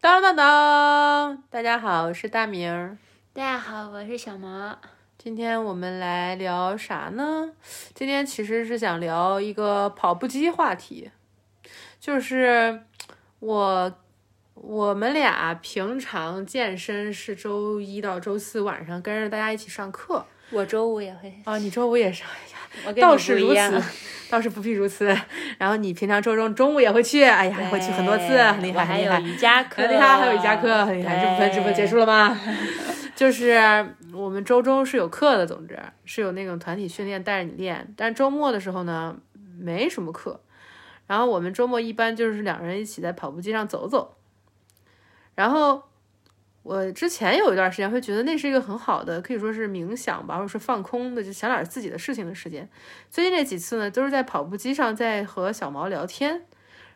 当当当！大家好，我是大明儿。大家好，我是小毛。今天我们来聊啥呢？今天其实是想聊一个跑步机话题，就是我我们俩平常健身是周一到周四晚上跟着大家一起上课我周五也会，啊，你周五也上，我跟倒你是不如一样此， 倒是不必如此。然后你平常周中中午也会去，哎呀，对会去很多次，很厉我害，很还厉有害。瑜伽课，很厉害，还有瑜伽哎课，很厉害。这部分直播结束了吗？就是我们周中是有课的，总之是有那种团体训练带着你练，但是周末的时候呢，没什么课。然后我们周末一般就是两人一起在跑步机上走走。然后我之前有一段时间会觉得那是一个很好的，可以说是冥想吧，或者是放空的，就想点自己的事情的时间。最近这几次呢，都是在跑步机上在和小毛聊天，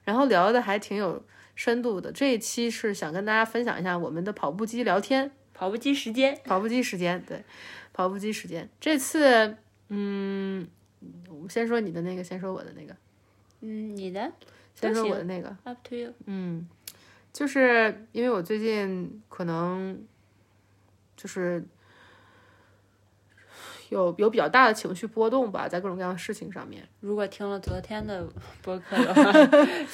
然后聊的还挺有深度的。这一期是想跟大家分享一下我们的跑步机聊天，跑步机时间，跑步机时间，对，跑步机时间。这次，嗯，我先说你的那个，先说我的那个，嗯，你的先都说行我的那个， up to you，嗯，就是因为我最近可能就是有有比较大的情绪波动吧，在各种各样的事情上面。如果听了昨天的播客的 话，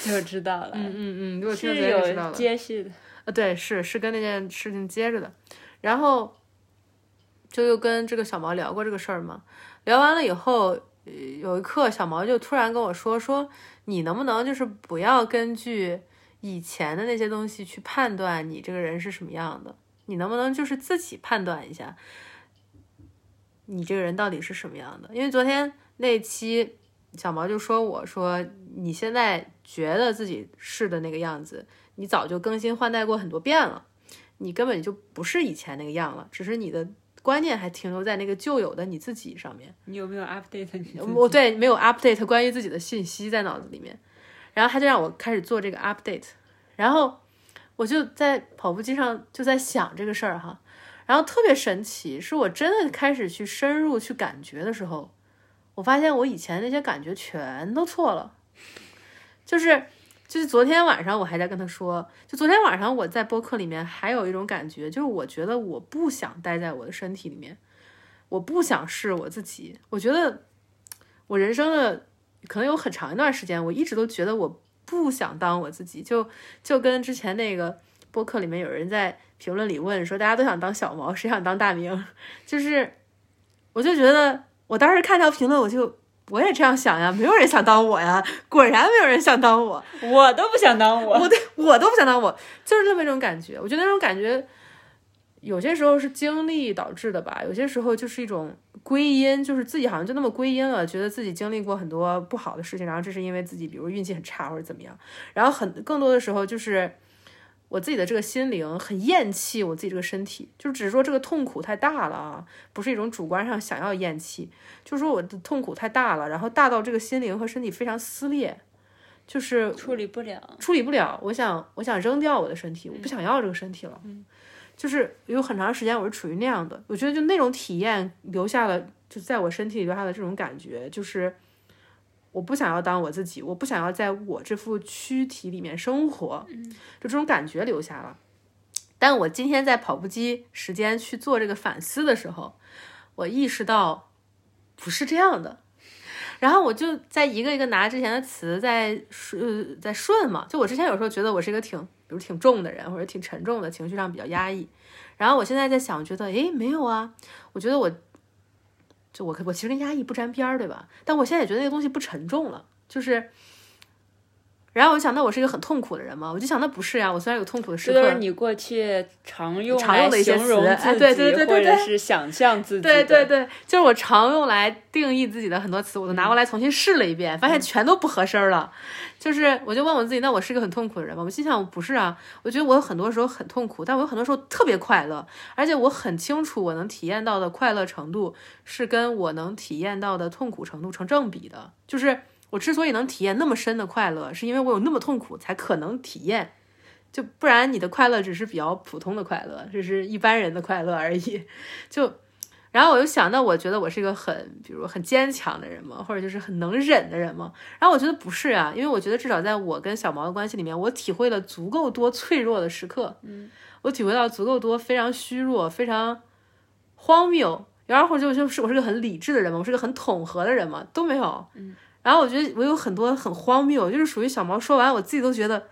就知道了，嗯嗯嗯，如果听是到这个就知道有了。接续的，呃，对，是是跟那件事情接着的，然后就又跟这个小毛聊过这个事儿嘛。聊完了以后，呃有一刻小毛就突然跟我说：“说你能不能就是不要根据以前的那些东西去判断你这个人是什么样的？你能不能就是自己判断一下，你这个人到底是什么样的？因为昨天那期小毛就说我说你现在觉得自己是的那个样子。”你早就更新换代过很多遍了，你根本就不是以前那个样了，只是你的观念还停留在那个旧有的你自己上面。你有没有 update 你的？我对没有 update 关于自己的信息在脑子里面，然后他就让我开始做这个 update，然后我就在跑步机上就在想这个事儿哈，然后特别神奇，是我真的开始去深入去感觉的时候，我发现我以前那些感觉全都错了，就是。就是昨天晚上我还在跟他说，就昨天晚上我在播客里面还有一种感觉，就是我觉得我不想待在我的身体里面，我不想是我自己，我觉得我人生的可能有很长一段时间，我一直都觉得我不想当我自己，就就跟之前那个播客里面有人在评论里问说，大家都想当小毛，谁想当大明？ 就是我就觉得我当时看到评论，我就我也这样想呀，没有人想当我呀，果然没有人想当我， 我都不想当我，我对我都不想当我，就是那么一种感觉。我觉得那种感觉，有些时候是经历导致的吧，有些时候就是一种归因，就是自己好像就那么归因了，觉得自己经历过很多不好的事情，然后这是因为自己比如运气很差或者怎么样。然后很更多的时候就是我自己的这个心灵很厌弃我自己这个身体，就只是说这个痛苦太大了啊，不是一种主观上想要厌弃，就是说我的痛苦太大了，然后大到这个心灵和身体非常撕裂。就是处理不了，处理不了，我想我想扔掉我的身体，我不想要这个身体了。嗯，就是有很长时间我是处于那样的，我觉得就那种体验留下了，就在我身体里留下的这种感觉，就是我不想要当我自己，我不想要在我这副躯体里面生活，嗯，就这种感觉留下了。但我今天在跑步机时间去做这个反思的时候，我意识到不是这样的。然后我就在一个一个拿之前的词在顺呃在顺嘛，就我之前有时候觉得我是一个挺，比如挺重的人，或者挺沉重的，情绪上比较压抑。然后我现在在想，觉得诶没有啊，我觉得我，就我我其实跟压抑不沾边儿，对吧？但我现在也觉得那个东西不沉重了，就是。然后我就想，那我是一个很痛苦的人嘛，我就想，那不是呀、我虽然有痛苦的时这刻，都是啊你过去常用常用的来一些形容词自己，哎对对对对或者对是想象自己对的，对对，就是我常用来定义自己的很多词，我都拿过嗯来重新试了一遍，发现全都不合身儿了。就是我就问我自己，那我是个很痛苦的人吗？我心想，我不是啊，我觉得我有很多时候很痛苦，但我有很多时候特别快乐，而且我很清楚我能体验到的快乐程度是跟我能体验到的痛苦程度成正比的。就是我之所以能体验那么深的快乐，是因为我有那么痛苦才可能体验。就不然，你的快乐只是比较普通的快乐，只是一般人的快乐而已。就然后我又想到，我觉得我是一个很，比如很坚强的人嘛，或者就是很能忍的人嘛。然后我觉得不是啊，因为我觉得至少在我跟小毛的关系里面，我体会了足够多脆弱的时刻，嗯，我体会到足够多非常虚弱、非常荒谬，然后或者就就是我是个很理智的人嘛，我是个很统合的人嘛，都没有，嗯。然后我觉得我有很多很荒谬，就是属于小毛说完，我自己都觉得。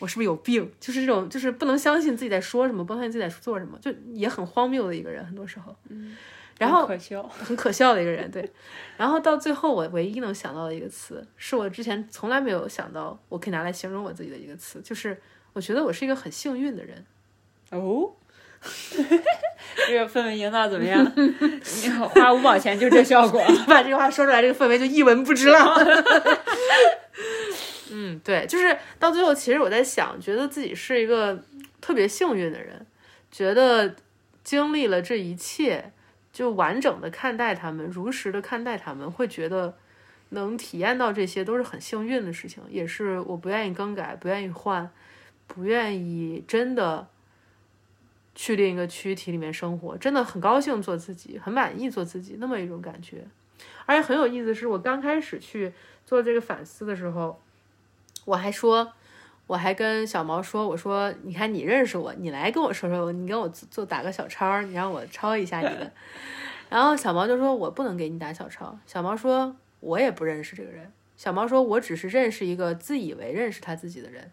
我是不是有病？就是这种，就是不能相信自己在说什么，不能相信自己在做什么，就也很荒谬的一个人，很多时候，嗯，然后可笑，很可笑的一个人，对。然后到最后，我唯一能想到的一个词，是我之前从来没有想到我可以拿来形容我自己的一个词，就是我觉得我是一个很幸运的人。哦，这个氛围营造怎么样？你花五毛钱就这效果， 把这个话说出来，这个氛围就一文不值了。嗯，对，就是到最后，其实我在想，觉得自己是一个特别幸运的人，觉得经历了这一切，就完整的看待他们，如实的看待他们，会觉得能体验到这些都是很幸运的事情，也是我不愿意更改，不愿意换，不愿意真的去另一个躯体里面生活，真的很高兴做自己，很满意做自己那么一种感觉。而且很有意思的是，我刚开始去做这个反思的时候。我还说，我还跟小毛说，我说你看你认识我，你来跟我说说，你跟我做打个小抄，你让我抄一下你的。然后小毛就说，我不能给你打小抄。小毛说，我也不认识这个人。小毛说，我只是认识一个自以为认识他自己的人，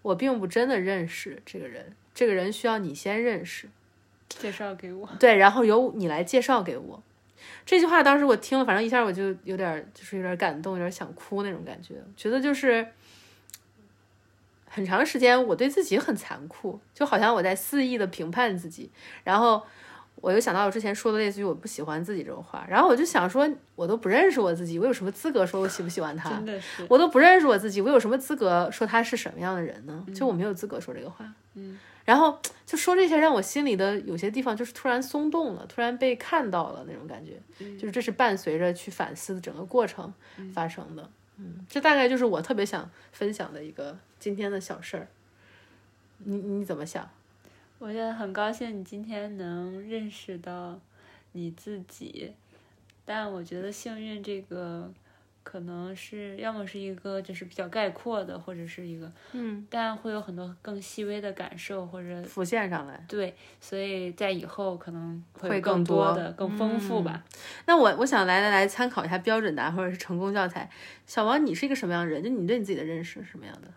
我并不真的认识这个人。这个人需要你先认识，介绍给我。 对，然后由你来介绍给我。这句话当时我听了，反正一下我就有点，就是有点感动，有点想哭那种感觉。觉得就是很长时间我对自己很残酷，就好像我在肆意的评判自己。然后我又想到我之前说的类似于我不喜欢自己这种话，然后我就想说，我都不认识我自己，我有什么资格说我喜不喜欢他？真的是，我都不认识我自己，我有什么资格说他是什么样的人呢？就我没有资格说这个话。嗯，然后就说这些，让我心里的有些地方就是突然松动了，突然被看到了那种感觉，就是这是伴随着去反思的整个过程发生的。嗯，这大概就是我特别想分享的一个今天的小事儿。你你怎么想？我觉得很高兴你今天能认识到你自己，但我觉得幸运这个可能是要么是一个就是比较概括的，或者是一个，嗯，但会有很多更细微的感受或者浮现上来。对，所以在以后可能会会有更更多多的、更丰富吧。那我我想来来来参考一下标准答案或者是成功教材。小王，你是一个什么样的人？就你对你自己的认识是什么样的？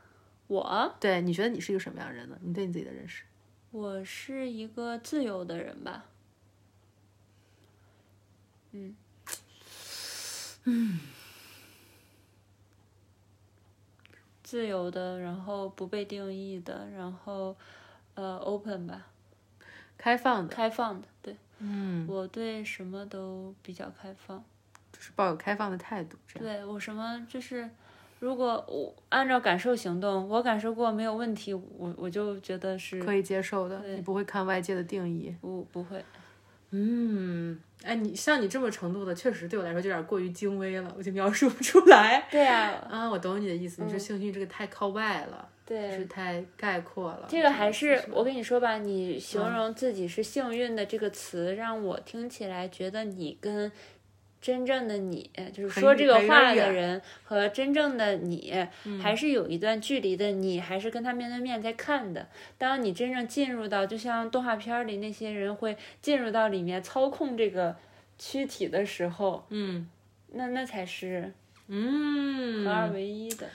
我对，你觉得你是一个什么样的人呢？你对你自己的认识？我是一个自由的人吧，嗯，嗯，自由的，然后不被定义的，然后呃，open 吧，开放的，开放的，对，嗯，我对什么都比较开放。就是抱有开放的态度，这样。对我什么就是，如果我按照感受行动，我感受过没有问题，我我就觉得是可以接受的，你不会看外界的定义。不不会。嗯，哎，你像你这么程度的，确实对我来说就有点过于精微了，我就描述不出来。 对啊，啊，我懂你的意思，你说幸运这个太靠外了，就对。是太概括了。这个还是是我跟你说吧，你形嗯容自己是幸运的这个词，让我听起来觉得你跟真正的你，就是很说这个很话的远人和真正的你，嗯还是有一段距离的。你还是跟他面对面在看的。当你真正进入到，就像动画片里那些人会进入到里面操控这个躯体的时候，嗯那那才是嗯，合二为一的。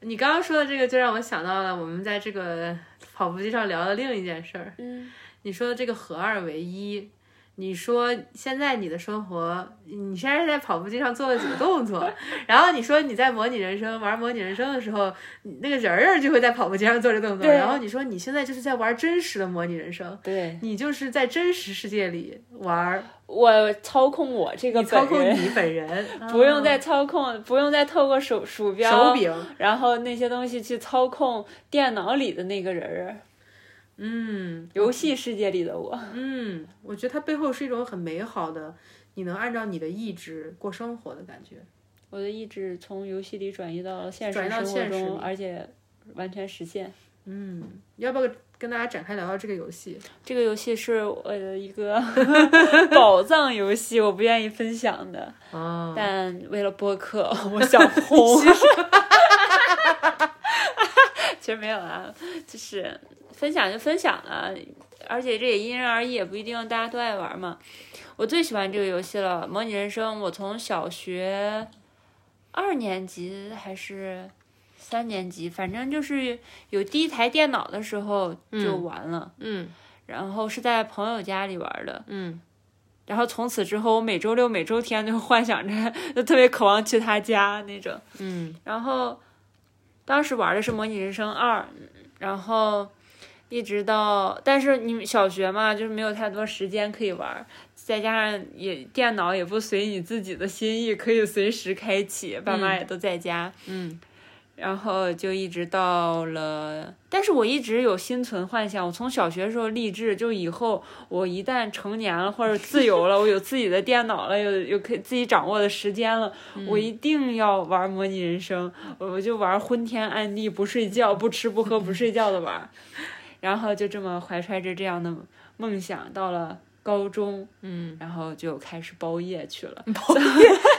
你刚刚说的这个就让我想到了我们在这个跑步机上聊的另一件事儿。嗯，你说的这个合二为一，你说现在你的生活，你现在在跑步机上做了几个动作，然后你说你在模拟人生玩模拟人生的时候，你那个人儿就会在跑步机上做这动作，对然后你说你现在就是在玩真实的模拟人生。对，你就是在真实世界里玩儿，我操控我这个你操本控人。你本人， 不用啊再操控，不用再透过手鼠标、手柄，然后那些东西去操控电脑里的那个人儿，嗯，游戏世界里的我。嗯，我觉得它背后是一种很美好的，你能按照你的意志过生活的感觉。我的意志从游戏里转移到了现实转移到生活现实中，里而且完全实现。嗯，要不要跟大家展开聊聊这个游戏？这个游戏是我的一 个宝藏游戏，我不愿意分享的，啊，但为了播客， 我想红。 其实没有啊，就是分享就分享了，而且这也因人而异，也不一定大家都爱玩嘛。我最喜欢这个游戏了，《模拟人生》，我从小学二年级还是三年级，反正就是有第一台电脑的时候就玩了。嗯然后是在朋友家里玩的，嗯，然后从此之后，我每周六、每周天就幻想着，就特别渴望去他家那种。嗯然后当时玩的是《模拟人生二》，然后一直到，但是你小学嘛，就是没有太多时间可以玩，再加上也电脑也不随你自己的心意可以随时开启，爸妈也都在家，嗯然后就一直到了，但是我一直有心存幻想，我从小学的时候立志，就以后我一旦成年了或者自由了，我有自己的电脑了，有有可以自己掌握的时间了，我一定要玩模拟人生，我我就玩昏天暗地，不睡觉，不吃不喝，不睡觉的玩，然后就这么怀揣着这样的梦想，到了高中，嗯，然后就开始包夜去了。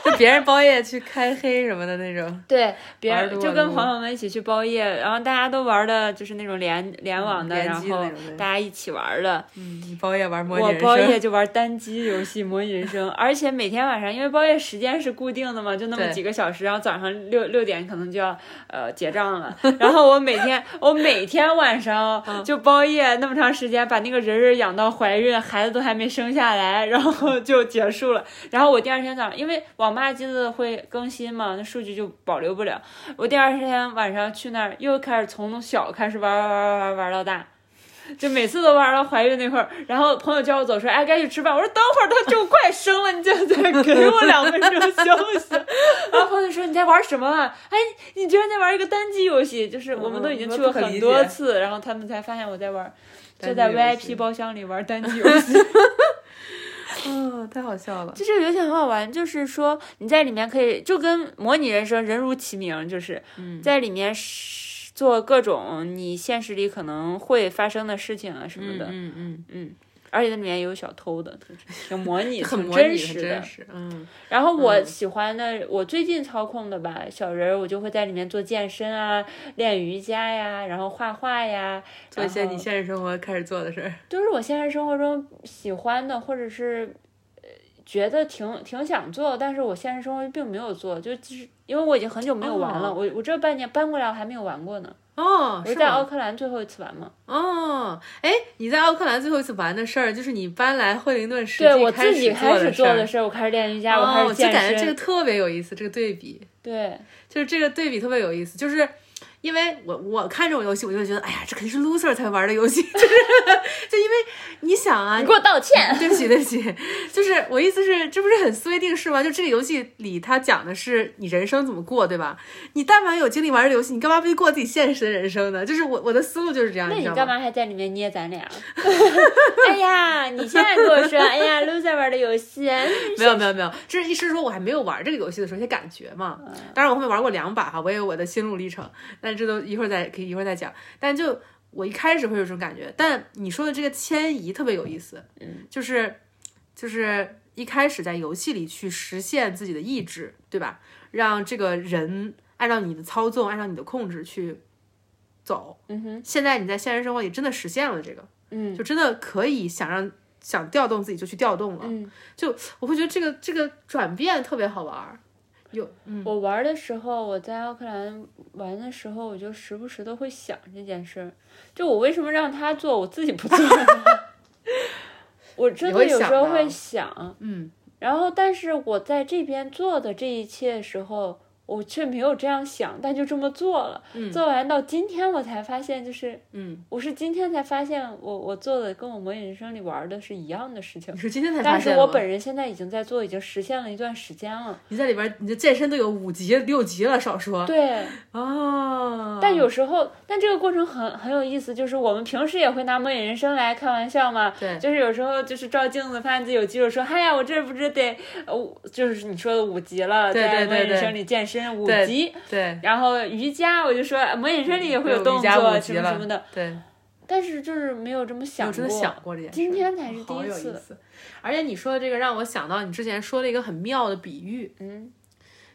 就别人包夜去开黑什么的那种。对，别玩人撸啊就跟撸朋友们一起去包夜，然后大家都玩的就是那种联联网的，嗯联然机的后那种对大家一起玩的。嗯，你包夜玩模拟我人 包生，夜就玩单机游戏《模拟人生》，而且每天晚上，因为包夜时间是固定的嘛，就那么对几个小时，然后早上六六点可能就要呃结账了。然后我每天我每天晚上嗯就包夜那么长时间，把那个人儿养到怀孕，孩子都还没生下来，然 后就结束了。然后我第二天早上，因为网吧机子会更新嘛，那数据就保留不了。我第二天晚上去那儿又开始从小开始玩玩玩玩玩到大。就每次都玩到怀孕那块儿，然后朋友叫我走说，哎，该去吃饭。我说等会儿他就快生了，你就再给我两分钟休息。 然后朋友说你在玩什么啊？哎，你居然在玩一个单机游戏，就是我们都已嗯经去过很多次，然后他们才发现我在玩，就单在机游 VIP 戏包厢里玩单机游戏。嗯、太好笑了。就这个游戏很好玩，就是说你在里面可以就跟模拟人生人如其名，就是嗯在里面是做各种你现实里可能会发生的事情啊什么的，嗯嗯，嗯。而且那里面也有小偷的，就是挺模 拟、很挺模拟真很实的真。实。嗯然后我喜欢的，我最近操控的吧，小人儿我就会在里面做健身啊、练瑜伽呀，然后画画呀，做一些然后你现实生活开始做的事儿。都是我现实生活中喜欢的，或者是呃觉得挺挺想做，但是我现实生活并没有做，就就是因为我已经很久没有玩了，哦我我这半年搬过来我还没有玩过呢，哦，我是是在吗奥克兰最后一次玩嘛，哦，哎，你在奥克兰最后一次玩的事儿，就是你搬来惠灵顿实对际我开自己始开始做做的的事事儿，我开始练瑜儿。伽，我哦，开我就始健感觉这身，个特别有意思，这个对比，对，就是这个对比特别有意思，就是。因为我我看这种游戏，我就觉得，哎呀，这肯定是 loser 才玩的游戏， 就是就因为你想啊，你给我道歉，对不起，对不起，就是我意思是，这不是很思维定式吗？就这个游戏里，它讲的是你人生怎么过，对吧？你但凡有精力玩这游戏，你干嘛不去过自己现实的人生呢？就是我我的思路就是这样，那你你知道干吗？嘛还在里面捏咱 俩？哎呀，你现在跟我说，哎呀，loser 玩的游戏， 没有没有没有，这是一是说我还没有玩这个游戏的时候一些感觉嘛。当然我后面玩过两把哈，我也有我的心路历程，但这都一会儿再可以一会儿再讲。但就我一开始会有这种感觉，但你说的这个迁移特别有意思，嗯，就是就是一开始在游戏里去实现自己的意志，对吧？让这个人按照你的操纵，按照你的控制去走。嗯哼，现在你在现实生活里真的实现了这个，嗯就真的可以想让想调动自己就去调动了。嗯。我会觉得这个这个转变特别好玩儿。嗯我玩儿的时候，我在奥克兰玩的时候，我就时不时的会想这件事儿，就我为什么让他做，我自己不做 呢？我真的会有想时候的会想，嗯，然后但是我在这边做的这一切的时候，我却没有这样想，但就这么做了。做完到今天，我才发现，就是嗯，我是今天才发现我，我做的跟我模拟人生里玩儿的是一样的事情你。是今天才发但是现的我吗本人现在已经在做，已经实现了一段时间了。你在里边儿，你的健身都有五级六级了，少说对，哦。但有时候，但这个过程很很有意思，就是我们平时也会拿模拟人生来开玩笑嘛。对就是有时候就是照镜子，发哎现自己有肌肉，说：“嗨呀，我这不是得呃，五就是你说的五级了，对对在模拟对对人生里健身。身舞对集，对，然后瑜伽，我就说模拟这里也会有嗯瑜动伽舞作集什么了什么的，对，但是就是没有这么想我过。真的想过这件事。今天才是第好一有意次，思。而且你说的这个让我想到你之前说了一个很妙的比喻，嗯，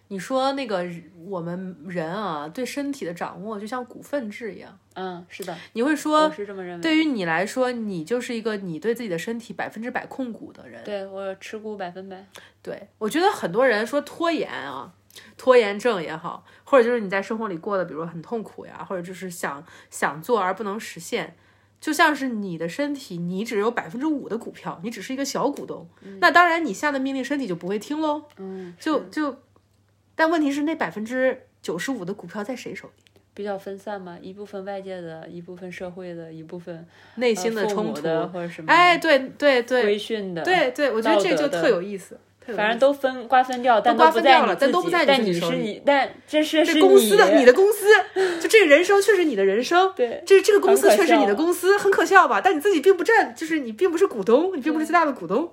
你说那个我们人啊对身体的掌握就像股份制一样，嗯，是的，你会说我是这么认为。对于你来说，你就是一个你对自己的身体百分之百控股的人。对我持股百分百，对我觉得很多人说拖延啊，拖延症也好，或者就是你在生活里过得比如很痛苦呀，或者就是想想做而不能实现。就像是你的身体，你只有百分之五的股票，你只是一个小股东，那当然你下的命令身体就不会听喽。嗯，就就，但问题是那百分之九十五的股票在谁手里？比较分散嘛，一部分外界的，一部分社会的，一部分内心的冲突，呃的或者什么，哎，对对对规训的，，对对，我觉得道这德就的特有意思，特有意反正思都分瓜分掉，但瓜不分在掉了自但己都不在你但自己你手是里你，但这是这是公司的你的公司，就这个人生确实你的人生，对，这这个公司很可确实你笑啊的公司，很可笑吧？但你自己并不占，就是你并不是股东，你并不是最大的股东。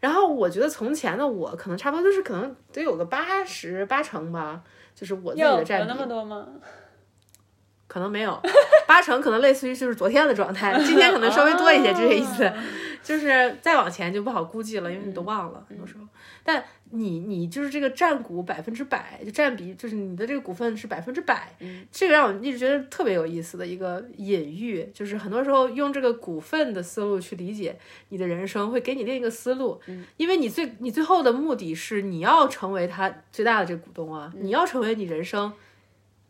然后我觉得从前的我可能差不多就是可能得有个八十八成吧，就是我自己哟的有占那比么，多吗？可能没有 八成，可能类似于就是昨天的状态，今天可能稍微多一些，就这个意思。就是再往前就不好估计了，因为你都忘了很多时候。但你你就是这个占股百分之百，就占比就是你的这个股份是百分之百，这个让我一直觉得特别有意思的一个隐喻，就是很多时候用这个股份的思路去理解你的人生，会给你另一个思路，因为你最你最后的目的是你要成为他最大的这个股东啊，你要成为你人生。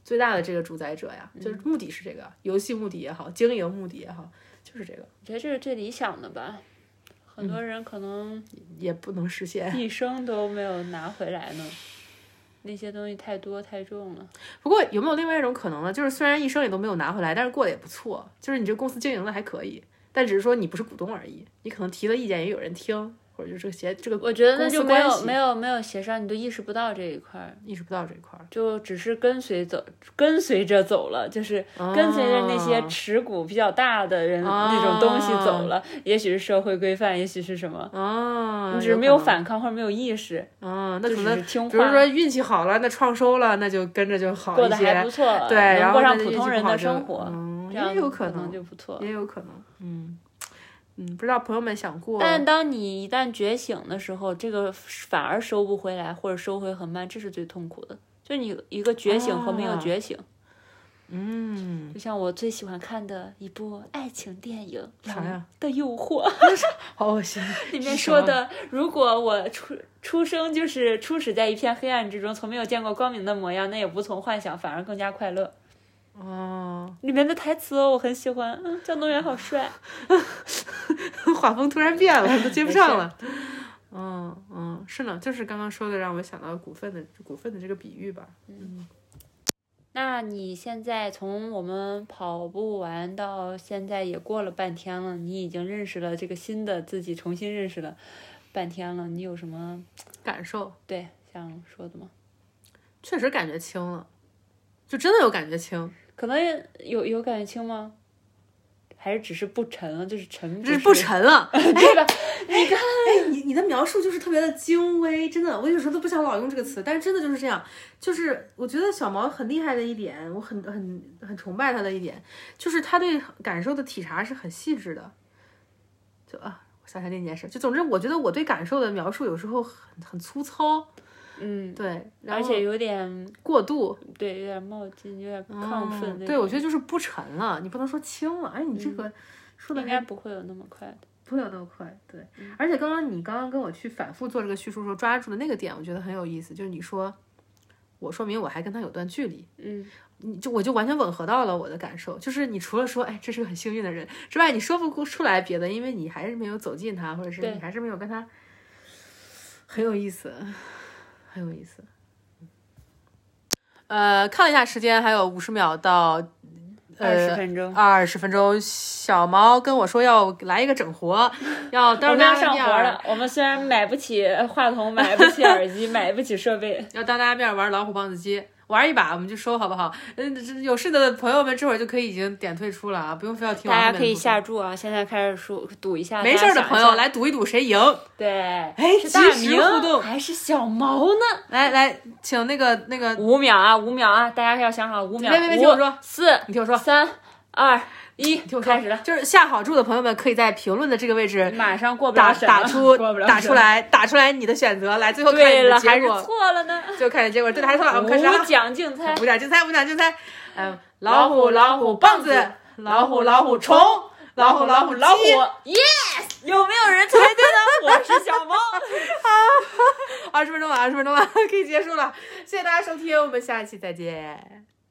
最大的这个主宰者呀，嗯就是目的是这个，游戏目的也好，经营目的也好，就是这个，我觉得这是最理想的吧，很多人可能也不能实现。一生都没有拿回来呢，那些东西太多太重了。不过有没有另外一种可能呢？就是虽然一生也都没有拿回来，但是过得也不错，就是你这公司经营的还可以，但只是说你不是股东而已，你可能提的意见也有人听，或者就是这个协这个我觉得那公司就没关有系没有没有协商，你都意识不到这一块儿，意识不到这一块儿，就只是跟随走，跟随着走了，就是跟随着那些啊持股比较大的人、啊那种东西走哦了，也许是社会规范，也许是什么，啊，你只是没有可能反抗或者没有意识，啊，那就可只能是听比如话，说运气好了，那创收了，那就跟着就好过一得还些不，错，对，能然过后上那普运通气人不好的就生活，嗯，这样也有可可能能，就不错。也有可能，嗯嗯，不知道朋友们想过，但当你一旦觉醒的时候，这个反而收不回来，或者收回很慢，这是最痛苦的。就是你一个觉醒和没有啊觉醒，嗯，就像我最喜欢看的一部爱情电影《啥呀狼的诱惑》，好恶心，里是面什说么的，如果我出出生就是初始在一片黑暗之中，从没有见过光明的模样，那也无从幻想，反而更加快乐。哦， 里面的台词哦，我很喜欢，嗯，江东元好帅，画风突然变 了，都接不没上事了。嗯嗯，是呢，就是刚刚说的，让我想到股份的股份的这个比喻吧。那你现在从我们跑步完到现在也过了半天了，你已经认识了这个新的自己，重新认识了半天了，你有什么感受对想说的吗？确实感觉轻了，就真的有感觉轻，可能有有感觉轻吗？还是只是不沉了，就是沉，就是不，沉了。 对吧？哎，你你的描述就是特别的精微，真的，我有时候都不想老用这个词，但是真的就是这样。就是我觉得小毛很厉害的一点，我很很很崇拜他的一点，就是他对感受的体察是很细致的。就啊，我想起来那件事，就总之我觉得我对感受的描述有时候很很粗糙，嗯，对，然而后且有点过度对，有点冒进，有点亢奋那种。哦嗯对，我觉得就是不沉了，你不能说轻了。哎，你这个、说的应该不会有那么快的。不了那么快，对。嗯而且刚刚你刚刚跟我去反复做这个叙述时候抓住的那个点，我觉得很有意思，就是你说我说明我还跟他有段距离，嗯，你就我就完全吻合到了我的感受，就是你除了说哎这是个很幸运的人之外，你说不出来别的，因为你还是没有走近他，或者是对你还是没有跟他，很有意思，很有意思。呃，看了一下时间，还有五十秒到二十分钟，呃二十分钟，小毛跟我说要来一个整 活，要我当们要当上面活儿，了。我们虽然买不起话筒，买不起耳机，买不起设备， 要当大家面儿玩老虎棒子鸡。玩一把，我们就收好不好？嗯，这有事的朋友们这会儿就可以已经点退出了啊，不用非要听大王家后可面以的故事下注啊！现在开始说赌一下，没事儿的大家想朋一友下，来赌一赌谁赢。对，哎是大啊及时明互动还是小毛呢？来来，请那个那个，五秒啊，五秒啊！大家要想好，五秒，别别别五听我说，四，你听我说，三二一，听我说开始了，，就是下好注的朋友们可以在评论的这个位置马上过不了打审打了出过不了打审出来打出来你的选择，来最后看你对的了，还结是果，错了呢？就看你结果，对的还是错的，我们开始五啊！奖竞猜，五两竞猜，五两竞猜，嗯，老虎虎老老虎虎棒棒子子，老虎老老虎虎虫虫，老虎老虎老虎鸡，yes，有没有人猜对呢？我是小猫， 二十分钟了，二十分钟了，可以结束了，谢谢大家收听，我们下期再见。